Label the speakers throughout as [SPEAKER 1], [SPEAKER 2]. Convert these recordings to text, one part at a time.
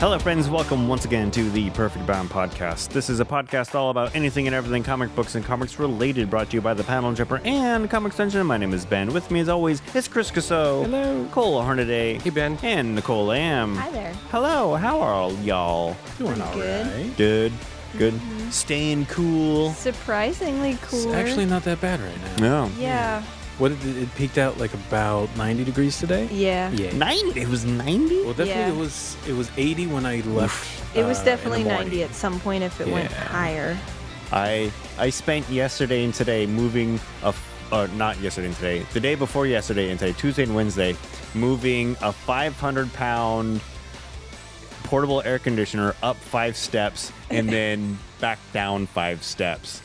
[SPEAKER 1] Hello, friends. Welcome once again to the Perfect Bound Podcast. This is a podcast all about anything and everything comic books and comics related, brought to you by the Panel Jumper and Comic Dungeon. My name is Ben. With me, as always, is Chris Casso.
[SPEAKER 2] Hello.
[SPEAKER 1] Cole Hornaday.
[SPEAKER 2] Hey, Ben.
[SPEAKER 1] And Nicole Lamb.
[SPEAKER 3] Hi there.
[SPEAKER 1] Hello. How are all y'all?
[SPEAKER 4] Doing all
[SPEAKER 3] Good.
[SPEAKER 4] right.
[SPEAKER 1] Good. Good. Staying cool.
[SPEAKER 3] Surprisingly
[SPEAKER 2] It's
[SPEAKER 3] cool.
[SPEAKER 2] actually not that bad right now.
[SPEAKER 1] No.
[SPEAKER 3] Yeah.
[SPEAKER 2] What did it, it peaked out like about 90 degrees today?
[SPEAKER 3] Yeah.
[SPEAKER 1] Ninety. It was ninety.
[SPEAKER 2] Well, definitely
[SPEAKER 3] Yeah.
[SPEAKER 2] it was it was 80 when I left.
[SPEAKER 3] It was
[SPEAKER 2] uh, in the
[SPEAKER 3] definitely
[SPEAKER 2] morning.
[SPEAKER 3] 90 at some point if it went
[SPEAKER 2] Yeah.
[SPEAKER 3] higher.
[SPEAKER 1] I I spent yesterday and today moving a f- uh, not yesterday and today the day before yesterday and today Tuesday and Wednesday moving a 500 pound portable air conditioner up five steps and then back down five steps.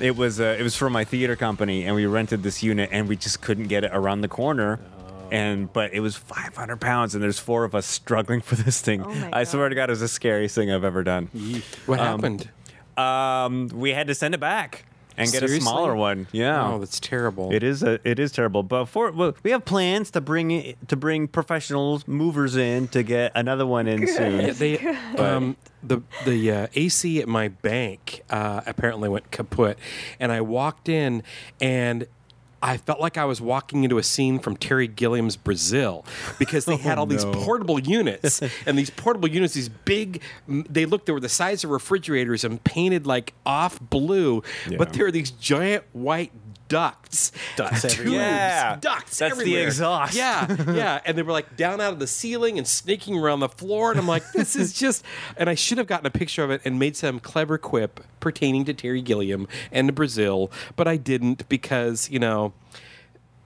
[SPEAKER 1] It was uh, it was for my theater company and we rented this unit and we just couldn't get it around the corner.
[SPEAKER 3] Oh.
[SPEAKER 1] And but it was 500 pounds and there's four of us struggling for this thing.
[SPEAKER 3] Oh my
[SPEAKER 1] I swear
[SPEAKER 3] God.
[SPEAKER 1] to God, it was the scariest thing I've ever done.
[SPEAKER 2] What happened?
[SPEAKER 1] Um, we had to send it back and get
[SPEAKER 2] Seriously?
[SPEAKER 1] a smaller one. Yeah.
[SPEAKER 2] Oh, that's terrible.
[SPEAKER 1] it is a, it is terrible, but for well, we have plans to bring it, to bring professionals movers in to get another one in
[SPEAKER 2] Yeah,
[SPEAKER 1] soon.
[SPEAKER 2] they, um, the the uh, AC at my bank uh, apparently went kaput, and I walked in and. I felt like I was walking into a scene from Terry Gilliam's Brazil because they had all these
[SPEAKER 1] no.
[SPEAKER 2] portable units and these portable units, these big, m- they looked, they were the size of refrigerators and painted like off blue, but
[SPEAKER 1] Yeah.
[SPEAKER 2] there were these giant white ducts.
[SPEAKER 4] Ducts
[SPEAKER 2] tubes,
[SPEAKER 4] everywhere.
[SPEAKER 1] Yeah.
[SPEAKER 2] Ducts
[SPEAKER 1] That's the
[SPEAKER 2] everywhere.
[SPEAKER 1] exhaust.
[SPEAKER 2] Yeah. Yeah, yeah. And they were like down out of the ceiling and sneaking around the floor. And I'm like, this is just. And I should have gotten a picture of it and made some clever quip pertaining to Terry Gilliam and Brazil, but I didn't because, you know,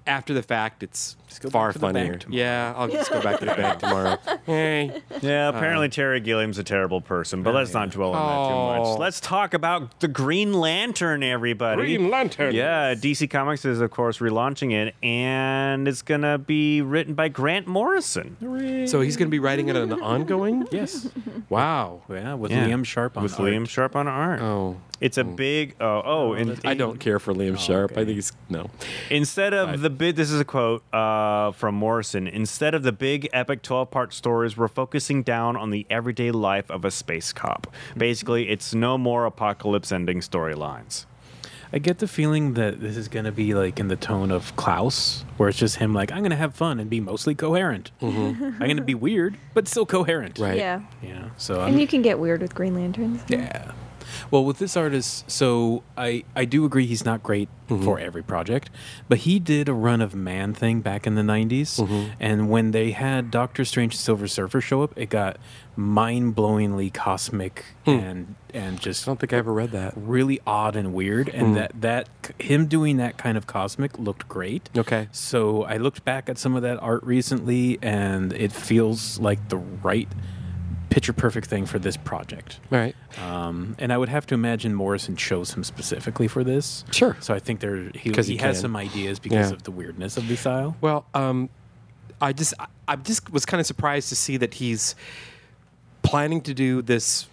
[SPEAKER 2] after the fact, it's
[SPEAKER 4] go back
[SPEAKER 2] far
[SPEAKER 4] to the bank
[SPEAKER 2] funnier.
[SPEAKER 4] tomorrow.
[SPEAKER 2] Yeah, I'll just go back to the bank tomorrow. Uh, Hey.
[SPEAKER 1] yeah, apparently Terry Gilliam's a terrible person, but let's not dwell on that too
[SPEAKER 2] Oh.
[SPEAKER 1] much. Let's talk about the Green Lantern, everybody.
[SPEAKER 2] Green Lantern.
[SPEAKER 1] Yeah, DC Comics is of course relaunching it, and it's gonna be written by Grant Morrison.
[SPEAKER 2] So he's going to be writing it on an ongoing?
[SPEAKER 4] Yes.
[SPEAKER 2] Wow.
[SPEAKER 4] Yeah, with
[SPEAKER 1] Yeah.
[SPEAKER 4] Liam Sharp on
[SPEAKER 1] with
[SPEAKER 4] art.
[SPEAKER 1] Liam Sharp on art.
[SPEAKER 2] Oh.
[SPEAKER 1] It's a big oh oh, and
[SPEAKER 2] I don't care for Liam Sharp.
[SPEAKER 4] okay.
[SPEAKER 2] I think he's. No.
[SPEAKER 1] Instead of the big, this is a quote uh, from Morrison. Instead of the big epic twelve-part stories, we're focusing down on the everyday life of a space cop. Basically, it's no more apocalypse-ending storylines.
[SPEAKER 4] I get the feeling that this is going to be like in the tone of Klaus, where it's just him like, I'm going to have fun and be mostly coherent. I'm going to be weird, but still coherent.
[SPEAKER 2] Mm-hmm. Right.
[SPEAKER 3] Yeah.
[SPEAKER 4] Yeah. So
[SPEAKER 3] And
[SPEAKER 4] I'm,
[SPEAKER 3] you can get weird with Green Lanterns.
[SPEAKER 4] Um, yeah. Well, with this artist, so I, I do agree he's not great for every project, but he did a run of Man Thing back in the 90s. And when they had Doctor Strange and Silver Surfer show up, it got mind blowingly cosmic and, and just
[SPEAKER 2] I don't think I ever read that.
[SPEAKER 4] really odd and weird and that that c- him doing that kind of cosmic looked great
[SPEAKER 2] Okay.
[SPEAKER 4] so i looked back at some of that art recently and it feels like the right picture perfect thing for this project
[SPEAKER 2] All right.
[SPEAKER 4] um, and i would have to imagine morrison chose him specifically for this
[SPEAKER 2] Sure.
[SPEAKER 4] so i think there he,
[SPEAKER 2] 'Cause
[SPEAKER 4] he
[SPEAKER 2] he
[SPEAKER 4] has
[SPEAKER 2] can.
[SPEAKER 4] some ideas because
[SPEAKER 2] Yeah.
[SPEAKER 4] of the weirdness of the style
[SPEAKER 2] Well, um, I just I, I just was kind of surprised to see that he's planning to do this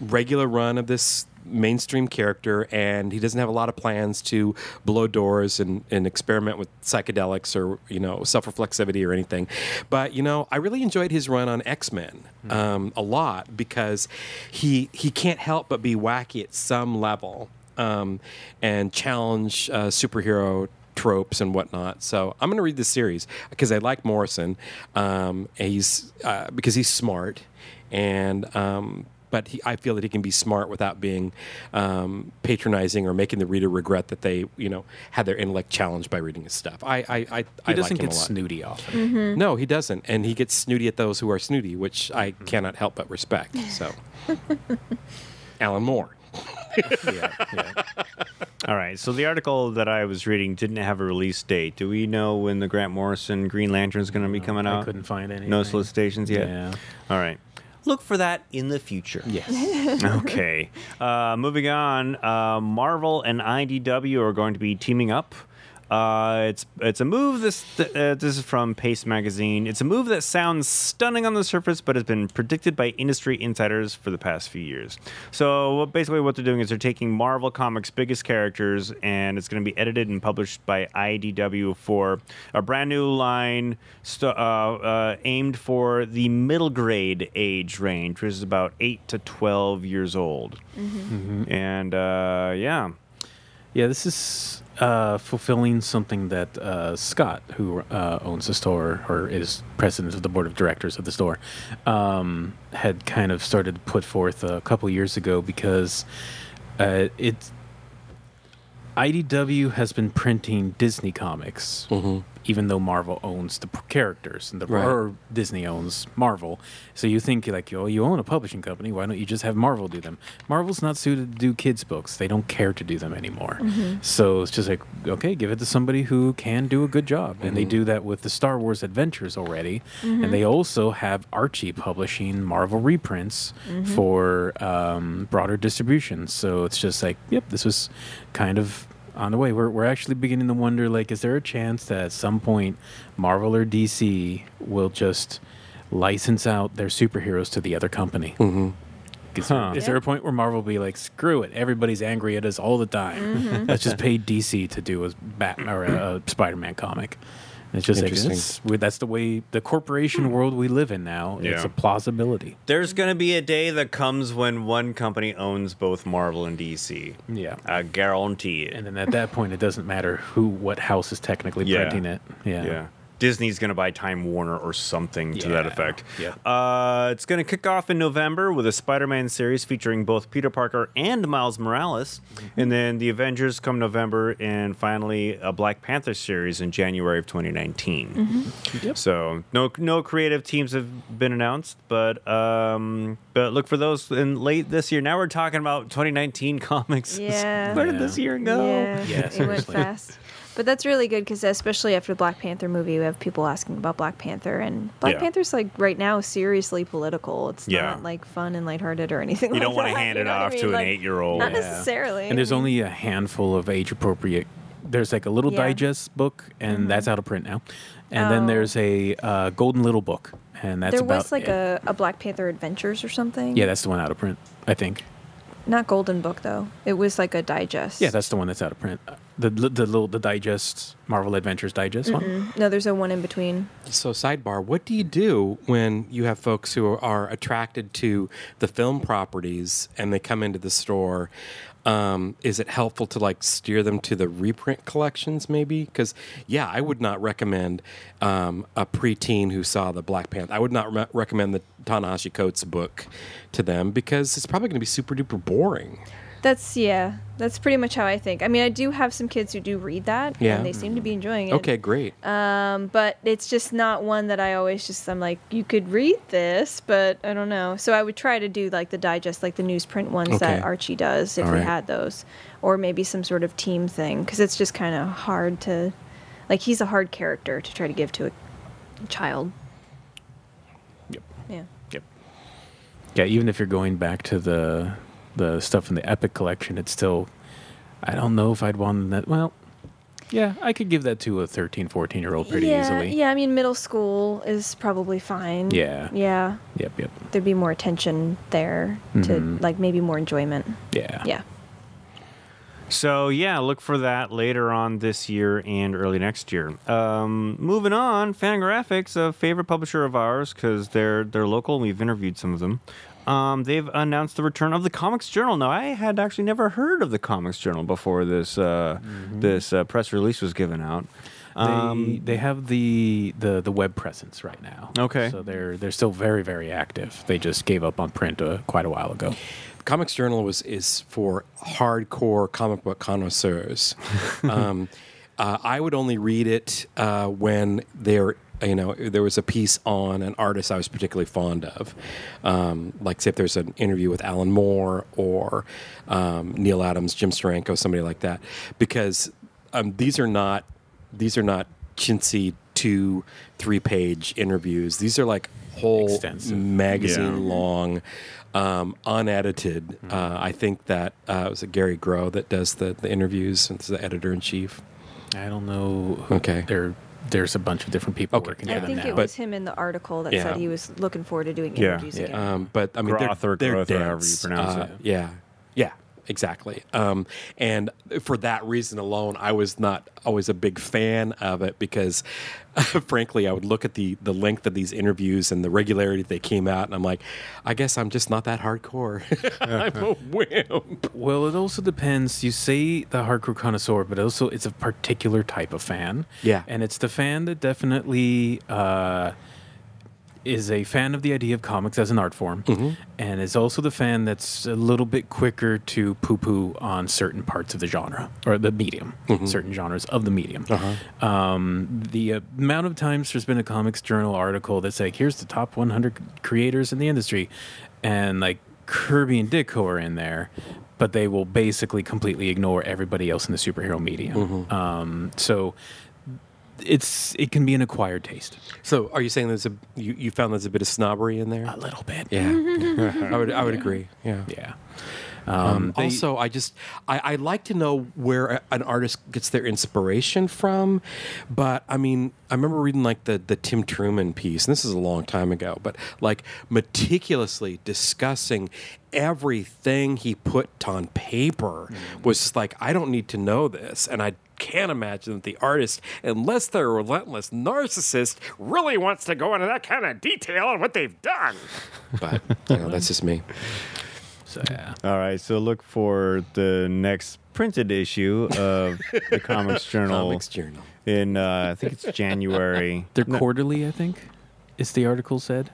[SPEAKER 2] regular run of this mainstream character, and he doesn't have a lot of plans to blow doors and, and experiment with psychedelics or you know self reflexivity or anything. But you know, I really enjoyed his run on X Men um, a lot because he he can't help but be wacky at some level. Um, and challenge uh, superhero tropes and whatnot. So I'm going to read this series because I like Morrison. Um, and he's uh, because he's smart, and um, but he, I feel that he can be smart without being um, patronizing or making the reader regret that they you know had their intellect challenged by reading his stuff. I I I,
[SPEAKER 4] he
[SPEAKER 2] I
[SPEAKER 4] doesn't
[SPEAKER 2] like him
[SPEAKER 4] get
[SPEAKER 2] a lot.
[SPEAKER 4] snooty often
[SPEAKER 2] No, he doesn't, and he gets snooty at those who are snooty, which I
[SPEAKER 4] Mm-hmm.
[SPEAKER 2] cannot help but respect. So, Alan Moore.
[SPEAKER 4] yeah, yeah.
[SPEAKER 1] All right. So the article that I was reading didn't have a release date. Do we know when the Grant Morrison Green Lantern is going to be coming
[SPEAKER 4] Uh, I
[SPEAKER 1] out?
[SPEAKER 4] couldn't find any
[SPEAKER 1] No solicitations yet.
[SPEAKER 4] Yeah.
[SPEAKER 1] All right. Look for that in the future.
[SPEAKER 4] yes
[SPEAKER 1] okay. Uh, moving on, uh, Marvel and IDW are going to be teaming up. Uh, it's it's a move. This uh, this is from Pace Magazine. It's a move that sounds stunning on the surface, but has been predicted by industry insiders for the past few years. So what- basically, what they're doing is they're taking Marvel Comics' biggest characters, and it's going to be edited and published by IDW for a brand new line st- uh, uh, aimed for the middle grade age range, which is about eight to twelve years old. And uh, yeah.
[SPEAKER 4] Yeah, this is uh, fulfilling something that uh, Scott, who uh, owns the store or is president of the board of directors of the store, um, had kind of started to put forth a couple years ago because uh, it IDW has been printing Disney comics,
[SPEAKER 2] Mm-hmm.
[SPEAKER 4] even though Marvel owns the p- characters, and the,
[SPEAKER 2] Right.
[SPEAKER 4] or Disney owns Marvel. So you think like, oh, you own a publishing company, why don't you just have Marvel do them? Marvel's not suited to do kids' books; they don't care to do them anymore. So it's just like, okay, give it to somebody who can do a good job, and they do that with the Star Wars adventures already, and they also have Archie publishing Marvel reprints for um, broader distribution. So it's just like, yep, this was kind of on the way. We're, we're actually beginning to wonder like, is there a chance that at some point Marvel or DC will just license out their superheroes to the other company? Mm-hmm. Is, there-
[SPEAKER 1] Huh.
[SPEAKER 4] is there a point where Marvel will be like, screw it, everybody's angry at us all the time. Let's just pay DC to do a Batman or a, a Spider-Man comic. It's just like,
[SPEAKER 2] Interesting.
[SPEAKER 4] that's, we- that's the way the corporation world we live in now. It's
[SPEAKER 1] Yeah.
[SPEAKER 4] a plausibility.
[SPEAKER 1] There's going to be a day that comes when one company owns both Marvel and DC.
[SPEAKER 4] Yeah.
[SPEAKER 1] I guarantee it.
[SPEAKER 4] And then at that point, it doesn't matter who, what house is technically
[SPEAKER 1] Yeah.
[SPEAKER 4] printing it.
[SPEAKER 1] yeah. Disney's going to buy Time Warner or something to that
[SPEAKER 4] Yeah.
[SPEAKER 1] effect.
[SPEAKER 4] Yeah.
[SPEAKER 1] Uh, it's going to kick off in November with a Spider Man series featuring both Peter Parker and Miles Morales. And then the Avengers come November, and finally a Black Panther series in January of 2019.
[SPEAKER 4] Yep.
[SPEAKER 1] So no no creative teams have been announced, but um, but look for those in late this year. Now we're talking about 2019 comics.
[SPEAKER 3] Yeah.
[SPEAKER 1] Where did this year go?
[SPEAKER 3] Yeah,
[SPEAKER 4] Yeah,
[SPEAKER 3] it went
[SPEAKER 4] seriously.
[SPEAKER 3] fast. But that's really good because especially after the Black Panther movie, we have people asking about Black Panther, and Black
[SPEAKER 1] Yeah.
[SPEAKER 3] Panther's like right now seriously political. It's
[SPEAKER 1] Yeah.
[SPEAKER 3] not like fun and lighthearted or anything.
[SPEAKER 1] You don't
[SPEAKER 3] want to
[SPEAKER 1] hand it off to an eight-year-old.
[SPEAKER 3] Not
[SPEAKER 1] Yeah.
[SPEAKER 3] necessarily.
[SPEAKER 4] And there's
[SPEAKER 3] I mean,
[SPEAKER 4] only a handful of age appropriate. There's like a little
[SPEAKER 3] Yeah. Mm-hmm.
[SPEAKER 4] digest book, and that's out of print now. And then
[SPEAKER 3] Oh.
[SPEAKER 4] there's a uh, golden little book, and that's
[SPEAKER 3] there
[SPEAKER 4] about
[SPEAKER 3] was like
[SPEAKER 4] it.
[SPEAKER 3] a, a Black Panther Adventures or something.
[SPEAKER 4] yeah, that's the one out of print, I think.
[SPEAKER 3] not Golden Book though. It was like a digest.
[SPEAKER 4] Yeah, that's the one that's out of print. Uh, The the, the little the digest Marvel Adventures digest one.
[SPEAKER 3] no. There's a one in between.
[SPEAKER 2] So, sidebar, what do you do when you have folks who are attracted to the film properties and they come into the store? Um, is it helpful to like steer them to the reprint collections, maybe? Because, yeah, I would not recommend um, a preteen who saw the Black Panther. I would not re- recommend the Ta-Nehisi Coates book to them because it's probably going to be super duper boring.
[SPEAKER 3] That's yeah. That's pretty much how I think. I mean, I do have some kids who do read that,
[SPEAKER 2] Yeah.
[SPEAKER 3] and they seem to be enjoying it.
[SPEAKER 2] Okay, great.
[SPEAKER 3] Um, but it's just not one that I always just I'm like you could read this, but I don't know. So I would try to do like the digest, like the newsprint ones
[SPEAKER 2] Okay.
[SPEAKER 3] that Archie does if
[SPEAKER 2] All
[SPEAKER 3] we
[SPEAKER 2] right.
[SPEAKER 3] had those, or maybe some sort of team thing because it's just kind of hard to, like he's a hard character to try to give to a child.
[SPEAKER 4] Yep.
[SPEAKER 3] Yeah.
[SPEAKER 1] Yep.
[SPEAKER 4] Yeah, even if you're going back to the the stuff in the Epic collection, it's still. I don't know if I'd want that. Well, yeah, I could give that to a 13, 14 year old pretty
[SPEAKER 3] yeah,
[SPEAKER 4] easily.
[SPEAKER 3] Yeah, I mean middle school is probably fine.
[SPEAKER 4] Yeah.
[SPEAKER 3] Yeah.
[SPEAKER 4] Yep. Yep.
[SPEAKER 3] There'd be more attention there
[SPEAKER 4] Mm-hmm.
[SPEAKER 3] to like maybe more enjoyment.
[SPEAKER 4] Yeah.
[SPEAKER 3] Yeah.
[SPEAKER 1] So yeah, look for that later on this year and early next year. Um, moving on, Fangraphics, a favorite publisher of ours because they're they're local. and We've interviewed some of them. Um, they've announced the return of the Comics Journal. Now, I had actually never heard of the Comics Journal before this uh, this uh, press release was given out.
[SPEAKER 2] Um,
[SPEAKER 1] Um,
[SPEAKER 4] they, they have the, the the web presence right now.
[SPEAKER 1] Okay.
[SPEAKER 4] So they're they're still very very active. They just gave up on print uh, quite a while ago.
[SPEAKER 2] Comics Journal was is for hardcore comic book connoisseurs. um, uh, I would only read it uh, when there, you know, there was a piece on an artist I was particularly fond of, um, like say if there's an interview with Alan Moore or um, Neil Adams, Jim Steranko, somebody like that, because um, these are not these are not chintzy two three page interviews. These are like whole
[SPEAKER 4] Extensive.
[SPEAKER 2] magazine long, um, unedited.
[SPEAKER 1] Mm-hmm.
[SPEAKER 2] Uh, I think that uh, it was a Gary Groh that does the, the interviews and is the editor in chief.
[SPEAKER 4] I don't know.
[SPEAKER 2] Okay.
[SPEAKER 4] There, there's a bunch of different people
[SPEAKER 2] Okay.
[SPEAKER 4] working for
[SPEAKER 2] Yeah,
[SPEAKER 3] I
[SPEAKER 4] them
[SPEAKER 3] think
[SPEAKER 4] now.
[SPEAKER 3] it was him in the article that
[SPEAKER 2] Yeah.
[SPEAKER 3] said he was looking forward to doing
[SPEAKER 1] Yeah.
[SPEAKER 3] interviews
[SPEAKER 1] Yeah.
[SPEAKER 3] again.
[SPEAKER 2] Um, but I mean, they're-
[SPEAKER 1] Groth or
[SPEAKER 2] they're
[SPEAKER 1] Groth or however you
[SPEAKER 2] dense.
[SPEAKER 1] pronounce
[SPEAKER 2] Uh,
[SPEAKER 1] it.
[SPEAKER 2] Yeah, yeah, exactly. Um, and for that reason alone, I was not always a big fan of it because, frankly, I would look at the the length of these interviews and the regularity they came out, and I'm like, I guess I'm just not that hardcore. I'm a wimp.
[SPEAKER 4] Well, it also depends. You say the hardcore connoisseur, but also it's a particular type of fan.
[SPEAKER 2] Yeah.
[SPEAKER 4] And it's the fan that definitely uh, is a fan of the idea of comics as an art form. And is also the fan that's a little bit quicker to poo poo on certain parts of the genre or the medium, certain genres of the medium. Um, the amount of times there's been a Comics Journal article that's like, here's the top 100 creators in the industry. And like, Kirby and Ditko are in there, but they will basically completely ignore everybody else in the superhero medium. Um, so it's it can be an acquired taste.
[SPEAKER 2] So, are you saying there's a you, you found there's a bit of snobbery in there?
[SPEAKER 4] A little bit.
[SPEAKER 2] yeah, I would I would agree. Yeah.
[SPEAKER 4] Yeah.
[SPEAKER 2] Um, also, I just I, I like to know where a- an artist gets their inspiration from, but I mean, I remember reading like the the Tim Truman piece, and this is a long time ago, but like meticulously discussing everything he put on paper was just like, I don't need to know this, and I can't imagine that the artist, unless they're a relentless narcissist, really wants to go into that kind of detail on what they've done. But you know, that's just me.
[SPEAKER 4] So yeah.
[SPEAKER 1] All right, so look for the next printed issue of the Comics Journal
[SPEAKER 2] Comics Journal.
[SPEAKER 1] in uh, I think it's January.
[SPEAKER 4] They're quarterly, I think. Is the article said?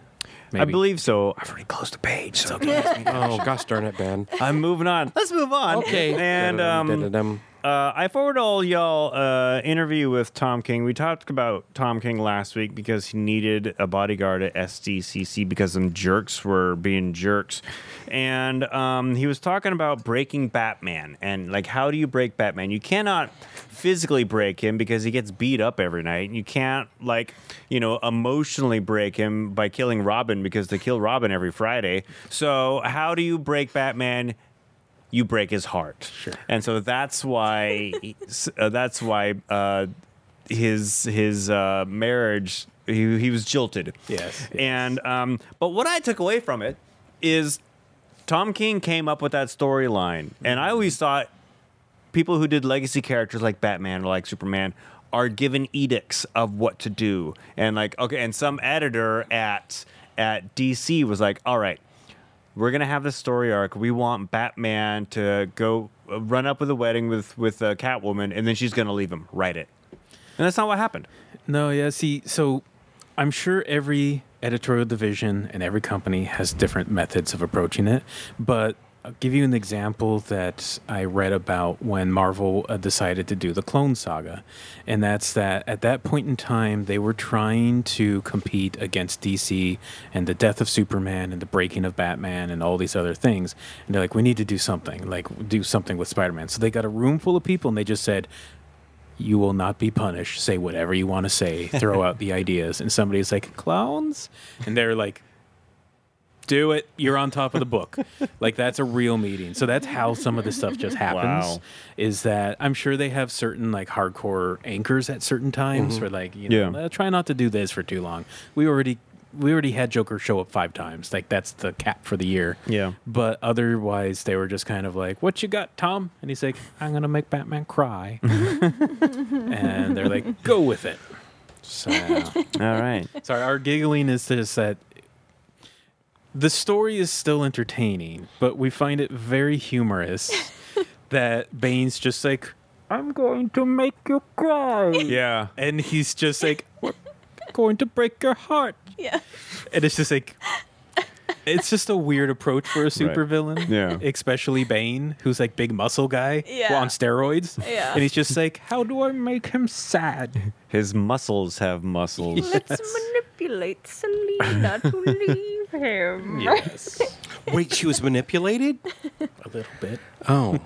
[SPEAKER 1] I believe so.
[SPEAKER 4] I've already closed the page. So okay.
[SPEAKER 2] Oh gosh darn it, Ben.
[SPEAKER 1] I'm moving on. Let's move on.
[SPEAKER 2] Okay.
[SPEAKER 1] And um,
[SPEAKER 2] Da-da-dum.
[SPEAKER 1] uh, I forward all y'all uh, interview with Tom King. We talked about Tom King last week because he needed a bodyguard at SDCC because some jerks were being jerks, and um, he was talking about breaking Batman and like how do you break Batman? You cannot physically break him because he gets beat up every night. You can't like you know emotionally break him by killing Robin because they kill Robin every Friday. So how do you break Batman? you break his heart. Sure. And so that's why uh, that's why uh, his his uh, marriage he, he was jilted.
[SPEAKER 4] Yes, yes.
[SPEAKER 1] And um, but what I took away from it is Tom King came up with that storyline, and I always thought people who did legacy characters like Batman or like Superman are given edicts of what to do. And like okay, and some editor at at DC was like, "All right, we're gonna have this story arc. We want Batman to go uh, run up with a wedding with with uh, Catwoman, and then she's gonna leave him. Write it." And that's not what happened.
[SPEAKER 4] No, yeah. See, so I'm sure every editorial division and every company has different methods of approaching it, but I'll give you an example that I read about when Marvel uh, decided to do the Clone Saga, and that's that at that point in time they were trying to compete against DC and the death of Superman and the breaking of Batman and all these other things, and they're like, we need to do something, like do something with Spider-Man. So they got a room full of people and they just said, you will not be punished. Say whatever you want to say. Throw out the ideas. And somebody's like, clowns? And they're like, do it. You're on top of the book. like, that's a real meeting. So that's how some of this stuff just happens.
[SPEAKER 1] Wow.
[SPEAKER 4] Is that I'm sure they have certain like hardcore anchors at certain times where, like, you know,
[SPEAKER 1] Mm-hmm. Yeah.
[SPEAKER 4] "Uh, try not to do this for too long. We already. We already had Joker show up five times. Like that's the cap for the year.
[SPEAKER 1] Yeah.
[SPEAKER 4] But otherwise, they were just kind of like, "What you got, Tom?" And he's like, "I'm gonna make Batman cry." and they're like, "Go with it." So,
[SPEAKER 1] All right.
[SPEAKER 4] sorry, our giggling is just that the story is still entertaining, but we find it very humorous that Bane's just like, "I'm going to make you cry,"
[SPEAKER 1] Yeah.
[SPEAKER 4] and he's just like, "We're going to break your heart,"
[SPEAKER 3] yeah.
[SPEAKER 4] and it's just like. It's just a weird approach for a supervillain,
[SPEAKER 1] Yeah.
[SPEAKER 4] especially Bane, who's like big muscle guy
[SPEAKER 3] Yeah.
[SPEAKER 4] on steroids,
[SPEAKER 3] Yeah.
[SPEAKER 4] and he's just like, "How do I make him sad?"
[SPEAKER 1] His muscles have muscles.
[SPEAKER 3] Let's manipulate Selena to leave him.
[SPEAKER 4] Yes.
[SPEAKER 2] Wait, she was manipulated?
[SPEAKER 4] a little bit.
[SPEAKER 2] Oh.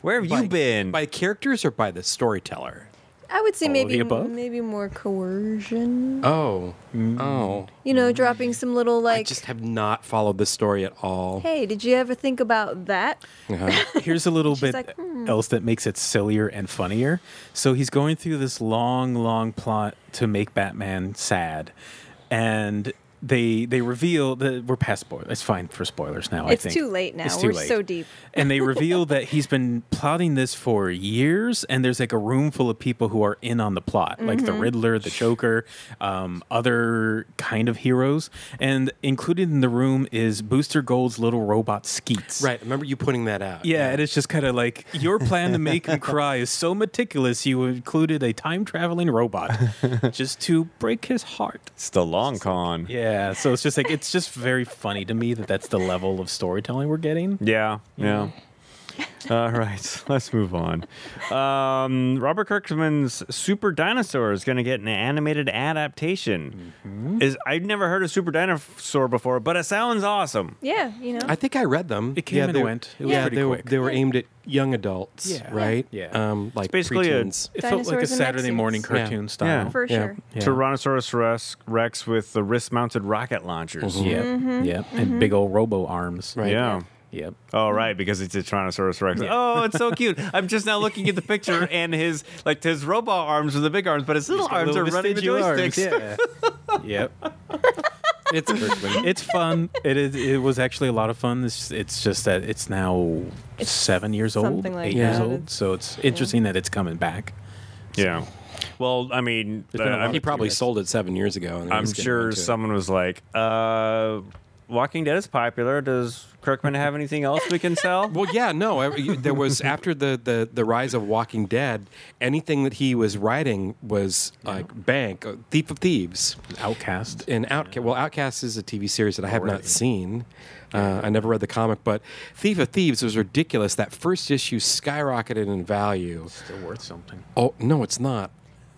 [SPEAKER 1] Where have you been?
[SPEAKER 2] By characters or by the storyteller?
[SPEAKER 3] I would say
[SPEAKER 4] All of
[SPEAKER 3] maybe
[SPEAKER 4] the above?
[SPEAKER 3] maybe more coercion.
[SPEAKER 2] Oh, oh!
[SPEAKER 3] You
[SPEAKER 4] Mm.
[SPEAKER 3] know, dropping some little
[SPEAKER 2] I
[SPEAKER 3] like,
[SPEAKER 2] just have not followed this story at all.
[SPEAKER 3] hey, did you ever think about that?
[SPEAKER 2] Uh-huh.
[SPEAKER 4] Here's a little
[SPEAKER 3] She's
[SPEAKER 4] bit
[SPEAKER 3] like, hmm.
[SPEAKER 4] else that makes it sillier and funnier. So he's going through this long, long plot to make Batman sad, and they they reveal that we're past spoilers. It's fine for spoilers now.
[SPEAKER 3] It's
[SPEAKER 4] I think
[SPEAKER 3] too late now.
[SPEAKER 4] It's too
[SPEAKER 3] We're
[SPEAKER 4] late.
[SPEAKER 3] so deep.
[SPEAKER 4] and they reveal that he's been plotting this for years and there's like a room full of people who are in on the plot like the riddler the joker um, other kind of heroes and included in the room is booster gold's little robot skeets
[SPEAKER 2] Right. Remember you pointing that out?
[SPEAKER 4] yeah, and it's just kind of like your plan to make him cry is so meticulous. You included a time traveling robot just to break his heart.
[SPEAKER 1] It's the long con. Yeah.
[SPEAKER 4] Yeah, so it's just like it's just very funny to me that that's the level of storytelling we're getting.
[SPEAKER 1] Yeah. All right, let's move on. Um, Robert Kirkman's Super Dinosaur is going to get an animated adaptation. Is I've never heard of Super Dinosaur before, but it sounds awesome.
[SPEAKER 3] Yeah, you know.
[SPEAKER 2] I think I read them.
[SPEAKER 4] It came and
[SPEAKER 2] they-
[SPEAKER 4] went. It was
[SPEAKER 2] yeah,
[SPEAKER 4] pretty
[SPEAKER 2] they
[SPEAKER 4] quick.
[SPEAKER 2] Were, they were aimed at young adults,
[SPEAKER 4] Yeah.
[SPEAKER 2] right?
[SPEAKER 4] Yeah.
[SPEAKER 2] Um, like
[SPEAKER 1] basically a-
[SPEAKER 2] preteens.
[SPEAKER 4] It felt like a
[SPEAKER 3] Dinosaurs and
[SPEAKER 4] Saturday
[SPEAKER 3] Mexians.
[SPEAKER 4] morning
[SPEAKER 2] Yeah.
[SPEAKER 4] cartoon style.
[SPEAKER 1] Yeah.
[SPEAKER 3] for
[SPEAKER 2] yeah.
[SPEAKER 3] sure.
[SPEAKER 4] Yeah.
[SPEAKER 1] Tyrannosaurus Rex, Rex with the wrist-mounted rocket launchers.
[SPEAKER 4] Yep. Yep. And big old robo arms.
[SPEAKER 2] Right.
[SPEAKER 1] Yeah.
[SPEAKER 4] Yep.
[SPEAKER 1] Oh right, because it's a Tyrannosaurus Rex. Oh, it's so cute. I'm just now looking at the picture, and his like his robo arms are the big arms, but his little arms are running the joysticks.
[SPEAKER 4] Yeah. yep.
[SPEAKER 2] It's Kirkman.
[SPEAKER 4] It's fun. It is. It was actually a lot of fun. It's, it's just that it's now seven years old,
[SPEAKER 3] something like
[SPEAKER 4] eight years
[SPEAKER 2] that. Yeah.
[SPEAKER 4] old. So it's interesting that it's coming back.
[SPEAKER 1] Yeah. Well, I mean, uh,
[SPEAKER 4] been a
[SPEAKER 1] I'm,
[SPEAKER 4] long-
[SPEAKER 2] he probably sold it seven years ago. And they're
[SPEAKER 1] I'm
[SPEAKER 2] just getting
[SPEAKER 1] sure
[SPEAKER 2] into it.
[SPEAKER 1] someone was like, uh, "Walking Dead is popular. Does Kirkman have anything else we can sell?"
[SPEAKER 2] Well, yeah, no. I, you- there was after the, the the rise of Walking Dead, anything that he was writing was like Bank, uh, Thief of Thieves,
[SPEAKER 4] Outcast.
[SPEAKER 2] and Outcast. Well, Outcast is a TV series that I have not seen. Uh, I never read the comic, but Thief of Thieves was ridiculous. That first issue skyrocketed in value.
[SPEAKER 4] Still worth something.
[SPEAKER 2] Oh no, it's not.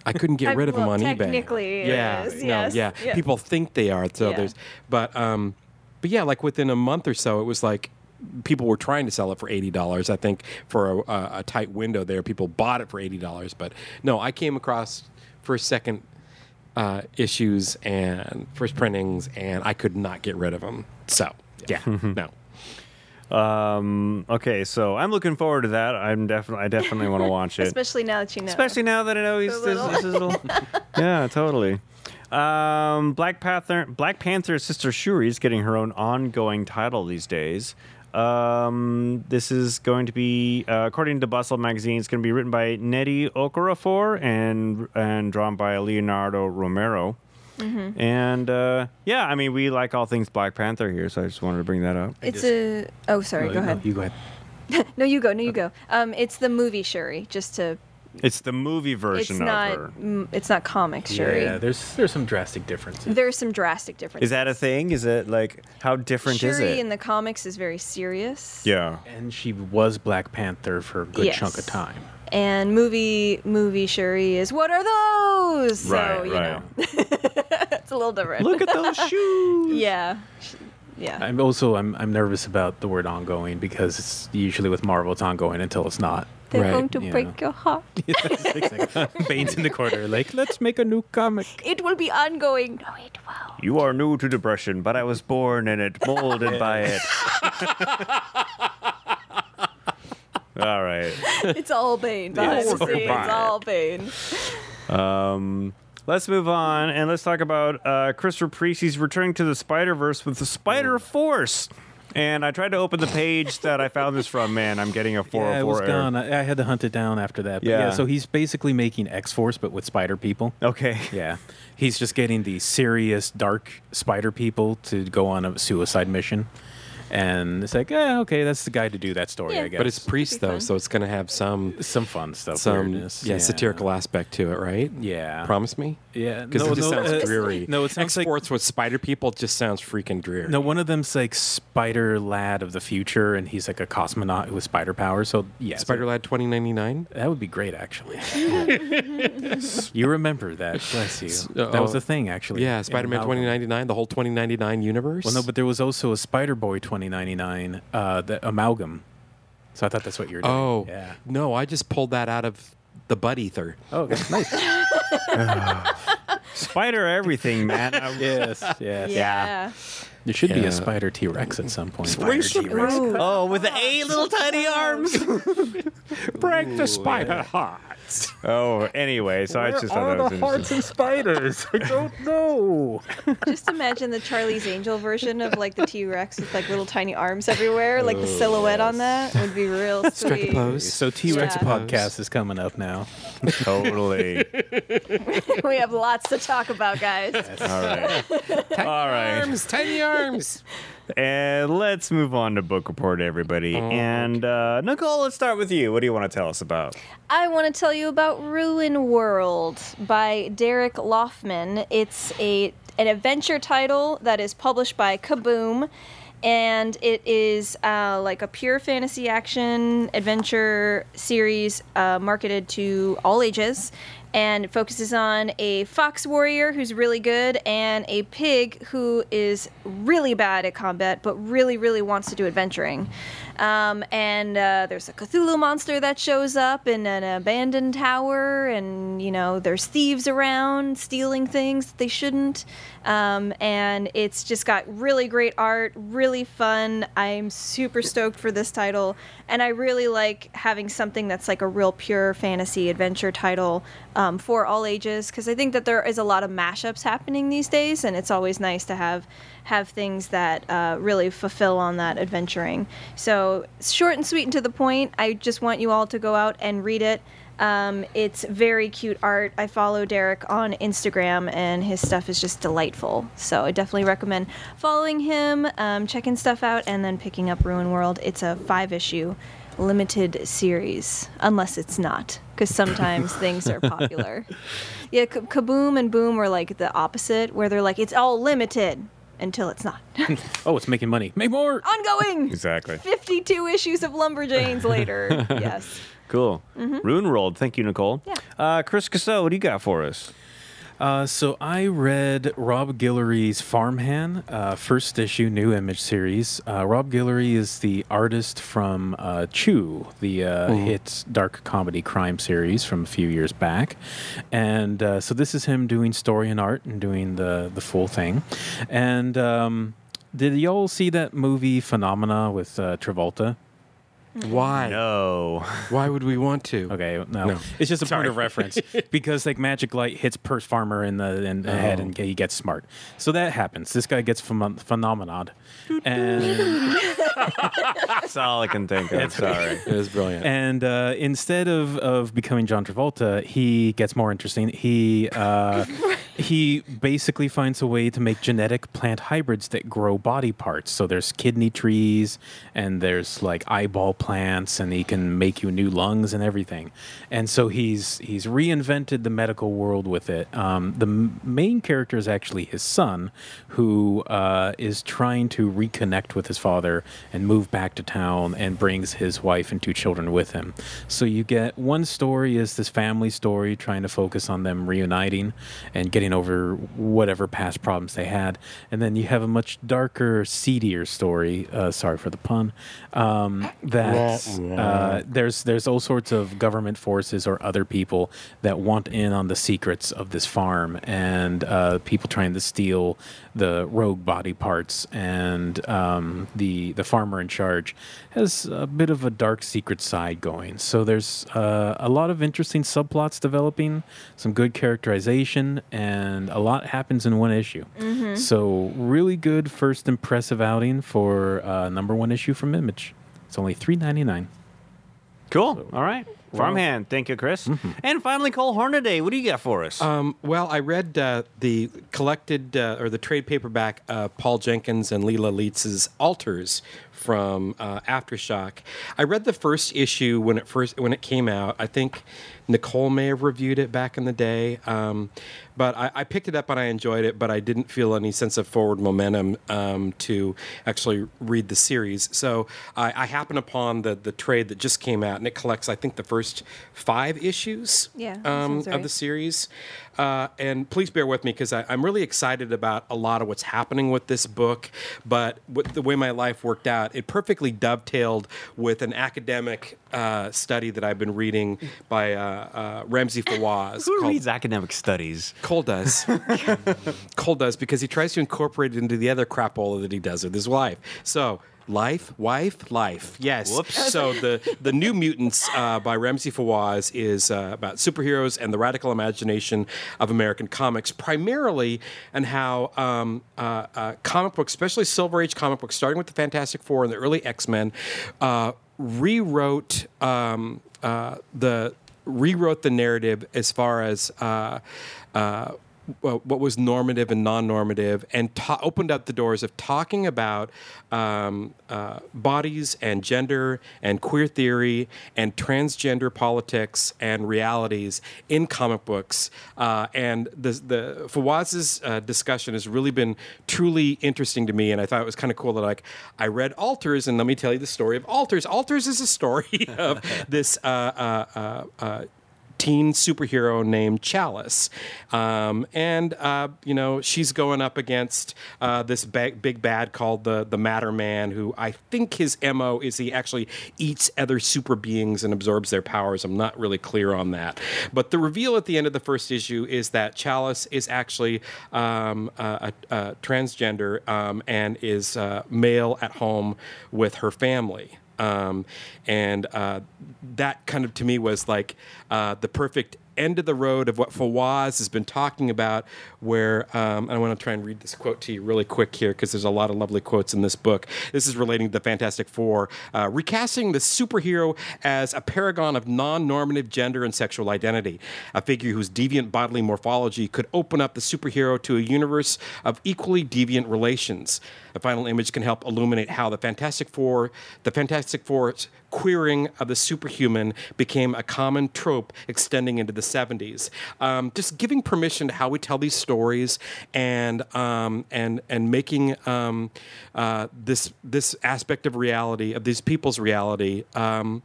[SPEAKER 2] I couldn't get
[SPEAKER 3] I-
[SPEAKER 2] rid of them
[SPEAKER 3] well,
[SPEAKER 2] on eBay.
[SPEAKER 3] technically it
[SPEAKER 2] yeah,
[SPEAKER 3] is,
[SPEAKER 2] no,
[SPEAKER 3] yes,
[SPEAKER 2] yeah.
[SPEAKER 3] yeah.
[SPEAKER 2] People think they are, so
[SPEAKER 3] Yeah.
[SPEAKER 2] there's, but um, but yeah, like within a month or so, it was like people were trying to sell it for eighty dollars. I think for a, a, a tight window there, people bought it for eighty dollars. But no, I came across first, second uh, issues and first printings, and I could not get rid of them. So yeah, no.
[SPEAKER 1] Um, okay, so I'm looking forward to that. I'm definitely, I definitely want to watch it.
[SPEAKER 3] Especially now that you know.
[SPEAKER 1] Especially now that I know he's
[SPEAKER 3] The
[SPEAKER 1] this,
[SPEAKER 3] little-
[SPEAKER 1] this is little. yeah, totally. Um, Black Panther, Black Panther's sister Shuri is getting her own ongoing title these days. Um, this is going to be, uh, according to Bustle magazine, it's going to be written by Nettie Okorafor and and drawn by Leonardo Romero.
[SPEAKER 3] Mm-hmm.
[SPEAKER 1] And uh, yeah, I mean, we like all things Black Panther here, so I just wanted to bring that up.
[SPEAKER 3] it's a. Oh, sorry. go ahead.
[SPEAKER 4] you go ahead.
[SPEAKER 3] No, you go. No, you go. Um, it's the movie Shuri. Just to.
[SPEAKER 1] It's the movie version
[SPEAKER 3] It's
[SPEAKER 1] of
[SPEAKER 3] not.
[SPEAKER 1] her.
[SPEAKER 3] mm, It's not comic Shuri.
[SPEAKER 4] Yeah, there's there's some drastic differences.
[SPEAKER 3] There's some drastic differences.
[SPEAKER 1] Is that a thing? Is it like how different
[SPEAKER 3] Shuri
[SPEAKER 1] is it?
[SPEAKER 3] in the comics is very serious.
[SPEAKER 1] yeah.
[SPEAKER 4] and she was Black Panther for a good
[SPEAKER 3] Yes.
[SPEAKER 4] chunk of time.
[SPEAKER 3] And movie movie Shuri is what are those? so, you know, it's a little different.
[SPEAKER 1] Look at those shoes.
[SPEAKER 3] yeah. She- Yeah.
[SPEAKER 4] I'm also I'm I'm nervous about the word ongoing because it's usually with Marvel it's ongoing until it's not.
[SPEAKER 3] They're
[SPEAKER 2] Right,
[SPEAKER 3] going to
[SPEAKER 4] yeah.
[SPEAKER 3] break your heart.
[SPEAKER 4] Bane's in the corner, like let's make a new comic.
[SPEAKER 3] It will be ongoing. No, it won't.
[SPEAKER 1] You are new to depression, but I was born in it, molded by it. All right.
[SPEAKER 3] It's all Bane.
[SPEAKER 1] Yeah,
[SPEAKER 3] Behind
[SPEAKER 1] it's
[SPEAKER 3] the
[SPEAKER 1] all
[SPEAKER 3] scenes, it's
[SPEAKER 1] Bane.
[SPEAKER 3] all Bane.
[SPEAKER 1] Um, let's move on and let's talk about uh, Christopher Priestley's returning to the Spider Verse with the Spider
[SPEAKER 4] Mm.
[SPEAKER 1] Force. And I tried to open the page that I found this from. Man, I'm getting a 404
[SPEAKER 4] Yeah, it was
[SPEAKER 1] error.
[SPEAKER 4] gone. I, I had to hunt it down after that. But yeah.
[SPEAKER 1] Yeah.
[SPEAKER 4] so he's basically making X Force but with spider people.
[SPEAKER 1] Okay.
[SPEAKER 4] Yeah, he's just getting the serious dark spider people to go on a suicide mission, and it's like, eh, okay, that's the guy to do that story,
[SPEAKER 3] Yeah.
[SPEAKER 4] I guess.
[SPEAKER 2] But it's priest
[SPEAKER 3] be
[SPEAKER 2] though,
[SPEAKER 3] fun.
[SPEAKER 2] so it's going to have some
[SPEAKER 4] some fun stuff.
[SPEAKER 2] some
[SPEAKER 4] weirdness.
[SPEAKER 2] yeah, satirical aspect to it, right?
[SPEAKER 4] Yeah.
[SPEAKER 2] Promise me?
[SPEAKER 4] Yeah,
[SPEAKER 2] Because
[SPEAKER 4] no,
[SPEAKER 2] it just
[SPEAKER 4] no,
[SPEAKER 2] sounds
[SPEAKER 4] uh,
[SPEAKER 2] dreary.
[SPEAKER 4] no, it sounds like-
[SPEAKER 2] Exports with spider people just sounds freaking dreary.
[SPEAKER 4] No, one of them's like Spider Lad of the future, and he's like a cosmonaut with spider power. So yeah, so
[SPEAKER 2] Spider Lad 2099?
[SPEAKER 4] that would be great actually. you remember that? Bless you.
[SPEAKER 2] uh,
[SPEAKER 4] that was a thing actually.
[SPEAKER 2] Yeah,
[SPEAKER 4] in
[SPEAKER 2] Spider Man
[SPEAKER 4] Malcolm.
[SPEAKER 2] 2099, the whole 2099 universe.
[SPEAKER 4] Well, no, but there was also a Spider Boy 2099, uh, the amalgam. So I thought that's what you were doing.
[SPEAKER 2] Oh,
[SPEAKER 4] yeah.
[SPEAKER 2] no, I just pulled that out of the butt ether.
[SPEAKER 4] Oh, okay. nice.
[SPEAKER 1] Spider everything, man. I-
[SPEAKER 4] yes, yes.
[SPEAKER 1] Yeah.
[SPEAKER 3] Yeah.
[SPEAKER 4] There should be
[SPEAKER 2] Yeah.
[SPEAKER 4] a spider T Rex at some point.
[SPEAKER 2] Racial
[SPEAKER 3] Ooh.
[SPEAKER 1] Oh, with the eight little tiny arms.
[SPEAKER 2] break the spider heart.
[SPEAKER 1] Oh, anyway, so I just thought that was interesting.
[SPEAKER 4] and spiders. I don't know.
[SPEAKER 3] Just imagine the Charlie's Angel version of like the T Rex with like little tiny arms everywhere. Like the silhouette on that would be real sweet.
[SPEAKER 2] Strike a pose.
[SPEAKER 4] So T Rex
[SPEAKER 3] Yeah.
[SPEAKER 4] podcast is coming up now.
[SPEAKER 1] Totally.
[SPEAKER 3] we have lots to talk about, guys.
[SPEAKER 1] All right. All right.
[SPEAKER 2] Arms, tiny arms.
[SPEAKER 1] And let's move on to book report, everybody. and uh, Nicole, let's start with you. What do you want to tell us about?
[SPEAKER 3] I want to tell you about Ruin World by Derek Loffman. It's a an adventure title that is published by Kaboom, and it is uh, like a pure fantasy action adventure series uh, marketed to all ages. And it focuses on a fox warrior who's really good and a pig who is really bad at combat but really, really wants to do adventuring. Um, and uh, there's a Cthulhu monster that shows up in an abandoned tower, and you know there's thieves around stealing things that they shouldn't. Um, and it's just got really great art, really fun. I'm super stoked for this title, and I really like having something that's like a real pure fantasy adventure title um, for all ages because I think that there is a lot of mashups happening these days, and it's always nice to have have things that uh, really fulfill on that adventuring. So short and sweet and to the point. I just want you all to go out and read it. Um, it's very cute art. I follow Derek on Instagram, and his stuff is just delightful. So I definitely recommend following him, um, checking stuff out, and then picking up Ruin World. It's a five issue limited series, unless it's not, because sometimes things are popular. Yeah, K- Kaboom and Boom are like the opposite, where they're like, it's all limited until it's not.
[SPEAKER 4] Oh, it's making money. Make more.
[SPEAKER 3] Oh. Ongoing!
[SPEAKER 1] Exactly.
[SPEAKER 3] 52 issues of Lumberjanes later. yes.
[SPEAKER 1] Cool. Rune rolled. Thank you, Nicole.
[SPEAKER 3] Yeah.
[SPEAKER 1] Uh, Chris Casso, what do you got for us?
[SPEAKER 4] Uh, so I read Rob Guillory's Farmhand, uh, first issue, new image series. Uh, Rob Guillory is the artist from uh, Chew, the uh, hit dark comedy crime series from a few years back. And uh, so this is him doing story and art and doing the, the full thing. And um, did y'all see that movie Phenomena with uh, Travolta?
[SPEAKER 2] Why?
[SPEAKER 1] No.
[SPEAKER 2] Why would we want to?
[SPEAKER 4] Okay, no,
[SPEAKER 2] No.
[SPEAKER 4] it's just a point of reference because like magic light hits Pert Farmer in the in the head and he gets smart. So that happens. This guy gets phenom- phenomenod, and
[SPEAKER 1] That's all I can think of. Sorry.
[SPEAKER 2] It was brilliant.
[SPEAKER 4] and uh, instead of of becoming John Travolta, he gets more interesting. He uh, he basically finds a way to make genetic plant hybrids that grow body parts. So there's kidney trees and there's like eyeball plants, and he can make you new lungs and everything. And so he's he's reinvented the medical world with it. Um, the m- main character is actually his son, who uh, is trying to reconnect with his father and move back to town, and brings his wife and two children with him. So you get one story is this family story trying to focus on them reuniting and getting over whatever past problems they had, and then you have a much darker, seedier story. Uh, sorry for the pun. Um, that uh, there's there's all sorts of government forces or other people that want in on the secrets of this farm and uh, people trying to steal the rogue body parts and um, the the farmer in charge has a bit of a dark secret side going so there's uh, a lot of interesting subplots developing some good characterization and a lot happens in one issue so really good first impressive outing for uh, number one issue from image it's only 399
[SPEAKER 1] Cool. All right. Farmhand. Thank you, Chris. And finally, Cole Hornaday. What do you got for us?
[SPEAKER 2] Um, well, I read uh, the collected uh, or the trade paperback uh, Paul Jenkins and Leela Leitz's Alters from uh, Aftershock. I read the first issue when it first when it came out. I think Nicole may have reviewed it back in the day, um, but I, I picked it up and I enjoyed it. But I didn't feel any sense of forward momentum um, to actually read the series. So I, I happened upon the the trade that just came out, and it collects I think the first first five issues
[SPEAKER 3] Yeah, that
[SPEAKER 2] um,
[SPEAKER 3] sounds
[SPEAKER 2] of the
[SPEAKER 3] right.
[SPEAKER 2] series. Uh, and please bear with me because I'm really excited about a lot of what's happening with this book. But with the way my life worked out, it perfectly dovetailed with an academic uh, study that I've been reading by uh, uh, Ramsey Fawaz
[SPEAKER 1] Who
[SPEAKER 2] called
[SPEAKER 1] reads academic studies?
[SPEAKER 2] Cole does. Cole does because he tries to incorporate it into the other crapola that he does with his life. So. Life, wife, life. Yes.
[SPEAKER 1] Whoops.
[SPEAKER 2] So the the New Mutants uh, by Ramsey Fawaz is uh, about superheroes and the radical imagination of American comics, primarily, and how um, uh, uh, comic books, especially Silver Age comic books, starting with the Fantastic Four and the early X Men, uh, rewrote um, uh, the rewrote the narrative as far as uh, uh, wh- what was normative and non-normative, and ta- opened up the doors of talking about um, uh, bodies and gender and queer theory and transgender politics and realities in comic books. Uh, and the, the Fawaz's uh, discussion has really been truly interesting to me, and I thought it was kind of cool that like I read Alters, and let me tell you the story of Alters. Alters is a story of this. Uh, uh, uh, uh, teen superhero named Chalice. Um, and, uh, you know, she's going up against uh, this ba- big bad called the, the Matter Man, who I think his MO is he actually eats other super beings and absorbs their powers. I'm not really clear on that. But the reveal at the end of the first issue is that Chalice is actually um, a, a, a transgender um, and is uh, male at home with her family um, and uh, that kind of to me was like uh, the perfect end of the road of what Fawaz has been talking about. Where um, and I want to try and read this quote to you really quick here because there's a lot of lovely quotes in this book. This is relating to the Fantastic Four, uh, recasting the superhero as a paragon of non-normative gender and sexual identity, a figure whose deviant bodily morphology could open up the superhero to a universe of equally deviant relations. The final image can help illuminate how the Fantastic Four, the Fantastic Four's queering of the superhuman became a common trope extending into the 70s. Um, just giving permission to how we tell these stories and um, and and making um, uh, this this aspect of reality of these people's reality. Um,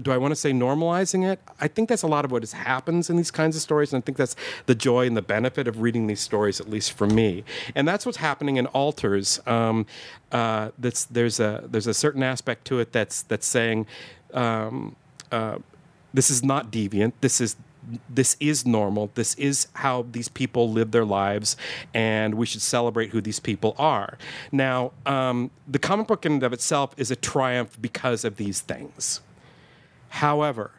[SPEAKER 2] do I want to say normalizing it? I think that's a lot of what is happens in these kinds of stories, and I think that's the joy and the benefit of reading these stories, at least for me. And that's what's happening in alters. Um, uh, that's there's a there's a certain aspect to it that's that's saying um, uh, this is not deviant. This is this is normal. This is how these people live their lives, and we should celebrate who these people are. Now, um, the comic book in and of itself is a triumph because of these things. However,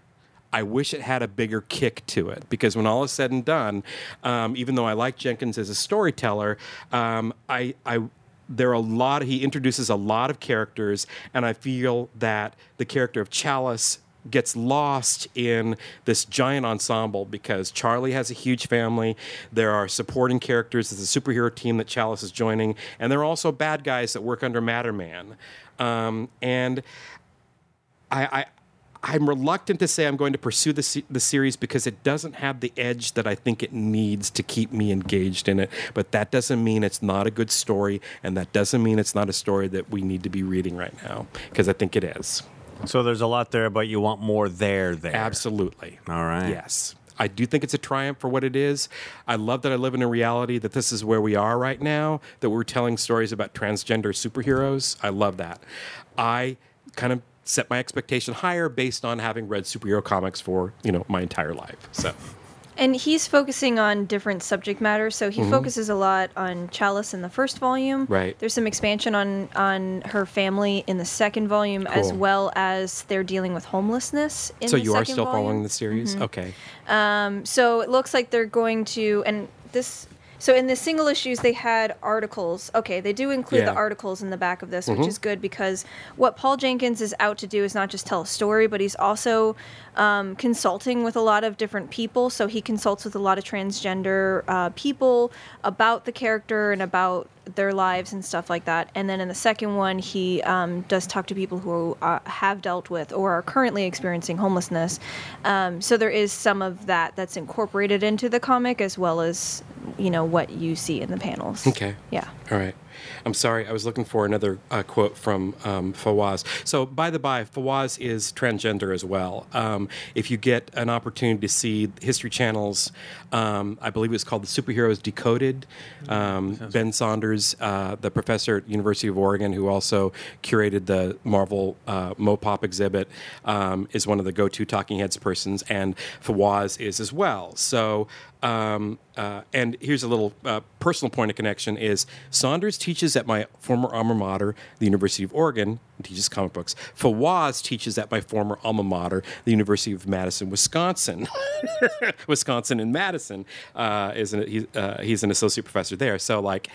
[SPEAKER 2] I wish it had a bigger kick to it because when all is said and done, um, even though I like Jenkins as a storyteller, um, I, I there are a lot. He introduces a lot of characters, and I feel that the character of Chalice gets lost in this giant ensemble because Charlie has a huge family. There are supporting characters. There's a superhero team that Chalice is joining, and there are also bad guys that work under Matterman. Um, and I, I I'm reluctant to say I'm going to pursue the se- the series because it doesn't have the edge that I think it needs to keep me engaged in it. But that doesn't mean it's not a good story, and that doesn't mean it's not a story that we need to be reading right now because I think it is.
[SPEAKER 1] So there's a lot there, but you want more there. There.
[SPEAKER 2] Absolutely.
[SPEAKER 1] All right.
[SPEAKER 2] Yes. I do think it's a triumph for what it is. I love that I live in a reality that this is where we are right now, that we're telling stories about transgender superheroes. I love that. I kind of set my expectation higher based on having read superhero comics for, you know, my entire life. So
[SPEAKER 3] And he's focusing on different subject matter, so he focuses a lot on Chalice in the first volume.
[SPEAKER 2] Mm-hmm. Right.
[SPEAKER 3] There's some expansion on on her family in the second volume, as
[SPEAKER 2] Cool.
[SPEAKER 3] well as they're dealing with homelessness in
[SPEAKER 2] So
[SPEAKER 3] the
[SPEAKER 2] you are
[SPEAKER 3] second
[SPEAKER 2] still
[SPEAKER 3] volume. Mm-hmm.
[SPEAKER 2] following the series? Okay.
[SPEAKER 3] So it looks like they're going to and this so in the single issues they had articles. Okay, they do include
[SPEAKER 2] Yeah.
[SPEAKER 3] the articles in the back of this, which is good because what Paul Jenkins is out to do is not just tell a story, but he's also um, consulting with a lot of different people. So he consults with a lot of transgender uh, people about the character and about their lives and stuff like that. And then in the second one, he um, does talk to people who uh, have dealt with or are currently experiencing homelessness. Um, so there is some of that that's incorporated into the comic as well as you know what you see in the panels.
[SPEAKER 2] Okay.
[SPEAKER 3] Yeah.
[SPEAKER 2] All right. I'm sorry, I was looking for another uh, quote from um, Fawaz. So, by the by, Fawaz is transgender as well. Um, if you get an opportunity to see History Channel's, um, I believe it's called The Superheroes Decoded, um, Ben Saunders, uh, the professor at University of Oregon who also curated the Marvel uh, Mopop exhibit, um, is one of the go-to Talking Heads persons, and Fawaz is as well. So um, uh, and here's a little uh, personal point of connection is Saunders teaches at my former alma mater, the University of Oregon, and teaches comic books. Fawaz teaches at my former alma mater, the University of Madison, Wisconsin. Wisconsin and Madison uh, is an, he's, uh, he's an associate professor there. So like,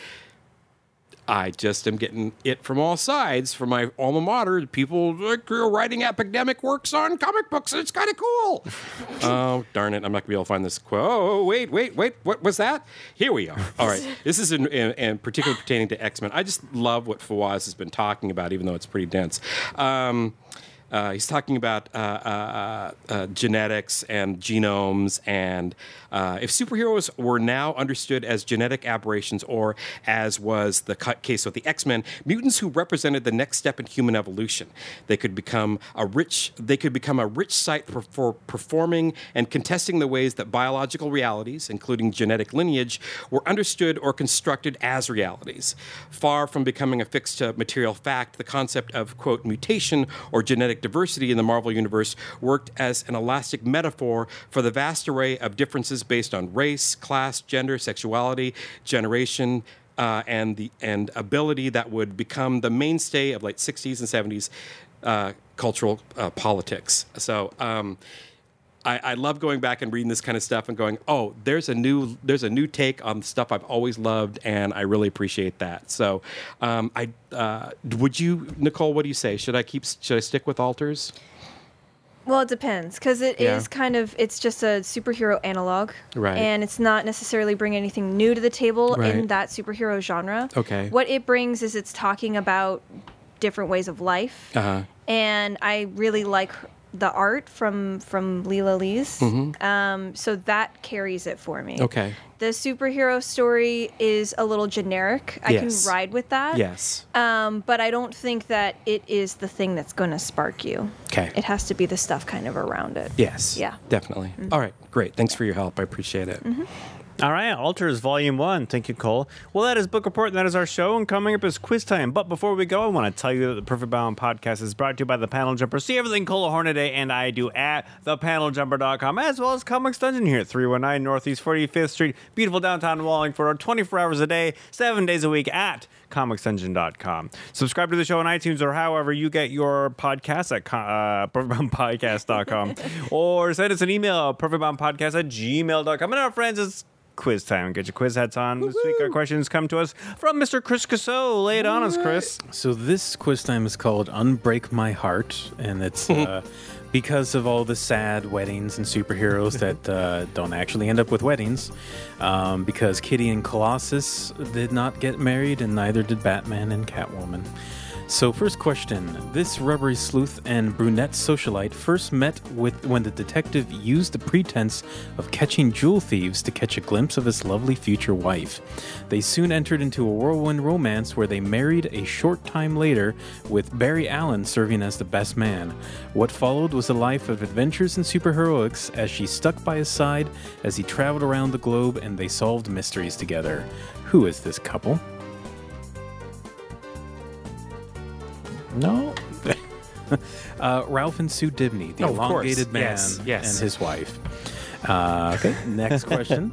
[SPEAKER 2] I just am getting it from all sides from my alma mater. People like, are writing epidemic works on comic books. It's kind of cool. oh, darn it. I'm not going to be able to find this quote. Oh, wait, wait, wait. What was that? Here we are. All right. This is in, in, in particular pertaining to X Men. I just love what Fawaz has been talking about, even though it's pretty dense. Um, uh, he's talking about uh, uh, uh, genetics and genomes, and uh, if superheroes were now understood as genetic aberrations, or as was the cu- case with the X Men, mutants who represented the next step in human evolution, they could become a rich. They could become a rich site for, for performing and contesting the ways that biological realities, including genetic lineage, were understood or constructed as realities. Far from becoming affixed to material fact, the concept of quote mutation or genetic diversity in the Marvel universe worked as an elastic metaphor for the vast array of differences based on race, class, gender, sexuality, generation. Uh, and the and ability that would become the mainstay of late 60s and 70s uh, cultural uh, politics. So um, I, I love going back and reading this kind of stuff and going, oh, there's a new there's a new take on stuff I've always loved, and I really appreciate that. So, um, I uh, would you, Nicole? What do you say? Should I keep? Should I stick with alters?
[SPEAKER 3] Well, it depends because it is
[SPEAKER 2] Yeah.
[SPEAKER 3] kind of it's just a superhero analog,
[SPEAKER 2] Right.
[SPEAKER 3] And it's not necessarily bringing anything new to the table in
[SPEAKER 2] Right.
[SPEAKER 3] that superhero genre.
[SPEAKER 2] Okay.
[SPEAKER 3] what it brings is it's talking about different ways of life,
[SPEAKER 2] Uh-huh.
[SPEAKER 3] and I really like her- the art from from Leela Lee's. Um, so that carries it for me.
[SPEAKER 2] Mm-hmm. Okay.
[SPEAKER 3] the superhero story is a little generic. I
[SPEAKER 2] Yes.
[SPEAKER 3] can ride with that.
[SPEAKER 2] Yes.
[SPEAKER 3] Um, but I don't think that it is the thing that's going to spark you.
[SPEAKER 2] 'Kay.
[SPEAKER 3] It has to be the stuff kind of around it.
[SPEAKER 2] Yes.
[SPEAKER 3] Yeah.
[SPEAKER 2] Definitely. All right. Great. Thanks for your help. I appreciate it.
[SPEAKER 1] All right, Alters Volume 1. Thank you, Cole. Well, that is Book Report, and that is our show, and coming up is quiz time. But before we go, I want to tell you that the Perfect Bound podcast is brought to you by the Panel Jumper. See everything Cole Hornaday and I do at thepaneljumper.com, as well as Comics Dungeon here at 319 Northeast 45th Street, beautiful downtown Wallingford, 24 hours a day, seven days a week at comicsdungeon.com. Subscribe to the show on iTunes or however you get your podcasts at co- uh, perfectboundpodcast.com or send us an email, perfectboundpodcast at gmail.com. And our friends, it's quiz time. Get your quiz hats on. This week, our questions come to us from Mr. Chris Casso. Lay it on us, Chris.
[SPEAKER 4] So this quiz time is called "Unbreak My Heart," and it's uh, because of all the sad weddings and superheroes that uh, don't actually end up with weddings. Um, because Kitty and Colossus did not get married, and neither did Batman and Catwoman. So first question: This rubbery sleuth and brunette socialite first met with when the detective used the pretense of catching jewel thieves to catch a glimpse of his lovely future wife. They soon entered into a whirlwind romance where they married a short time later, with Barry Allen serving as the best man. What followed was a life of adventures and superheroics as she stuck by his side as he traveled around the globe and they solved mysteries together. Who is this couple? No. uh, Ralph and Sue Dibney, the
[SPEAKER 2] Oh, of course.
[SPEAKER 4] elongated man
[SPEAKER 2] Yes, yes.
[SPEAKER 4] and his wife. Uh, okay, next question.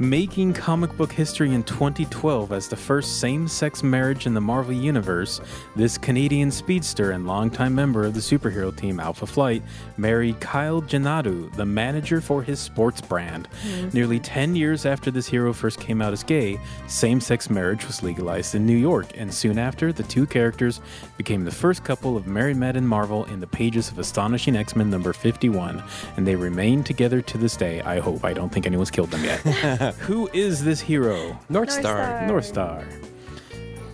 [SPEAKER 4] Making comic book history in 2012 as the first same sex marriage in the Marvel Universe, this Canadian speedster and longtime member of the superhero team Alpha Flight married Kyle Janadu, the manager for his sports brand. Nearly 10 years after this hero first came out as gay, same sex marriage was legalized in New York, and soon after, the two characters became the first couple of married men in Marvel in the pages of Astonishing X Men number 51, and they remain together to this day. I hope. I don't think anyone's killed them yet. Who is this hero?
[SPEAKER 2] North, Star.
[SPEAKER 3] Star.
[SPEAKER 4] North Star.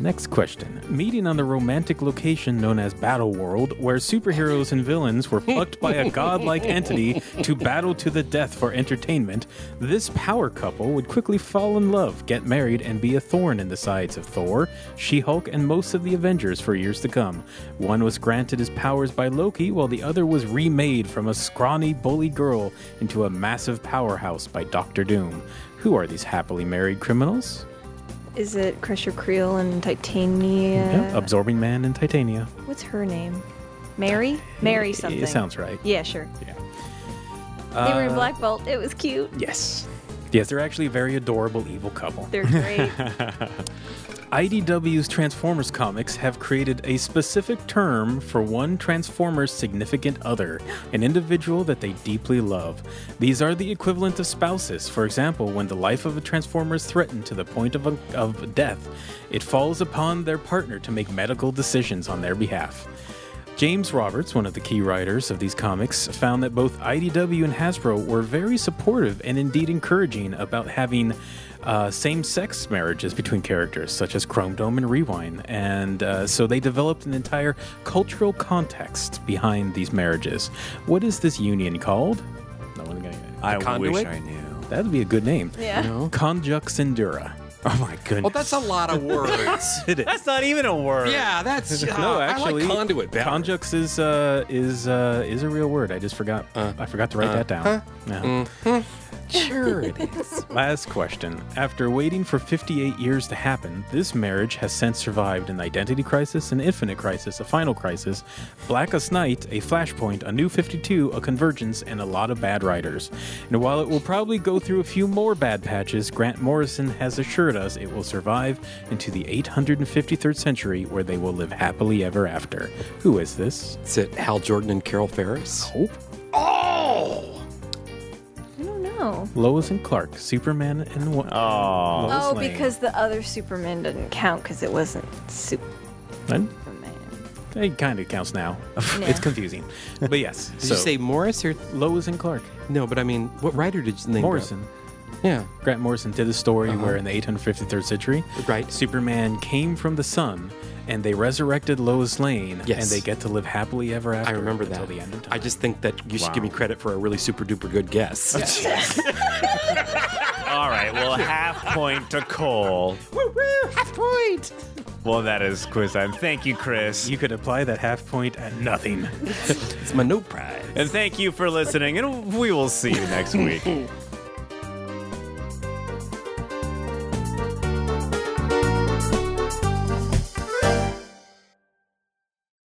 [SPEAKER 4] Next question. Meeting on the romantic location known as Battle World, where superheroes and villains were plucked by a godlike entity to battle to the death for entertainment, this power couple would quickly fall in love, get married, and be a thorn in the sides of Thor, She Hulk, and most of the Avengers for years to come. One was granted his powers by Loki, while the other was remade from a scrawny bully girl into a massive powerhouse by Doctor Doom. Who are these happily married criminals?
[SPEAKER 3] Is it Crusher Creel and Titania?
[SPEAKER 4] Yeah, Uh, Absorbing Man and Titania.
[SPEAKER 3] What's her name? Mary? Mary something.
[SPEAKER 4] It sounds right.
[SPEAKER 3] Yeah, sure.
[SPEAKER 4] Yeah. Uh,
[SPEAKER 3] they were in Black Bolt. It was cute.
[SPEAKER 4] Yes. Yes, they're actually a very adorable evil couple.
[SPEAKER 3] They're great.
[SPEAKER 4] IDW's Transformers comics have created a specific term for one Transformer's significant other, an individual that they deeply love. These are the equivalent of spouses. For example, when the life of a Transformer is threatened to the point of, of death, it falls upon their partner to make medical decisions on their behalf. James Roberts, one of the key writers of these comics, found that both IDW and Hasbro were very supportive and indeed encouraging about having uh, same sex marriages between characters, such as Chrome Dome and Rewind. And uh, so they developed an entire cultural context behind these marriages. What is this union called? No one got it.
[SPEAKER 1] I wish
[SPEAKER 2] conduit?
[SPEAKER 1] I knew.
[SPEAKER 4] That'd be a good name.
[SPEAKER 3] Yeah.
[SPEAKER 4] Conjuxendura. Oh my goodness.
[SPEAKER 2] Well, that's a lot of words.
[SPEAKER 4] It is.
[SPEAKER 1] That's not even a word.
[SPEAKER 2] yeah, that's uh,
[SPEAKER 4] no, actually,
[SPEAKER 2] I like conduit better.
[SPEAKER 4] Conjux is uh, is uh, is a real word. I just forgot.
[SPEAKER 2] Uh,
[SPEAKER 4] I forgot to write that down. Yeah.
[SPEAKER 2] Mm,
[SPEAKER 4] Sure it is. Last question. After waiting for 58 years to happen, this marriage has since survived an identity crisis, an infinite crisis, a final crisis, Blackest Night, a flashpoint, a new 52, a convergence, and a lot of bad writers. And while it will probably go through a few more bad patches, Grant Morrison has assured us it will survive into the 853rd century where they will live happily ever after. Who is this? Oh,
[SPEAKER 2] Is it Hal Jordan and Carol Ferris?
[SPEAKER 4] Hope?
[SPEAKER 3] I don't know.
[SPEAKER 4] Lois and Clark, Superman and Wo-
[SPEAKER 1] Oh.
[SPEAKER 4] Lois
[SPEAKER 3] Oh,
[SPEAKER 4] Lane.
[SPEAKER 3] because the other Superman didn't count because it wasn't Superman.
[SPEAKER 4] And It kind of counts now.
[SPEAKER 3] Yeah.
[SPEAKER 4] it's confusing, but yes.
[SPEAKER 2] Did
[SPEAKER 4] so
[SPEAKER 2] you say Morris or
[SPEAKER 4] Lois and Clark?
[SPEAKER 2] no? But I mean, what writer did you name?
[SPEAKER 4] Morrison.
[SPEAKER 2] Yeah.
[SPEAKER 4] Grant Morrison did a story where in the 853rd century,
[SPEAKER 2] Uh-huh. Right.
[SPEAKER 4] Superman came from the sun, and they resurrected Lois Lane,
[SPEAKER 2] Yes.
[SPEAKER 4] and they get to live happily ever after.
[SPEAKER 2] I remember that.
[SPEAKER 4] until the end of time.
[SPEAKER 2] I just think that you should give
[SPEAKER 1] Wow.
[SPEAKER 2] me credit for a really super duper good guess.
[SPEAKER 1] All right. Well, half point to Cole.
[SPEAKER 2] woo woo! Half point.
[SPEAKER 1] Well, that is quiz time. Thank you, Chris.
[SPEAKER 4] you could apply that half point at nothing.
[SPEAKER 2] It's my no prize.
[SPEAKER 1] And thank you for listening, and we will see you next week.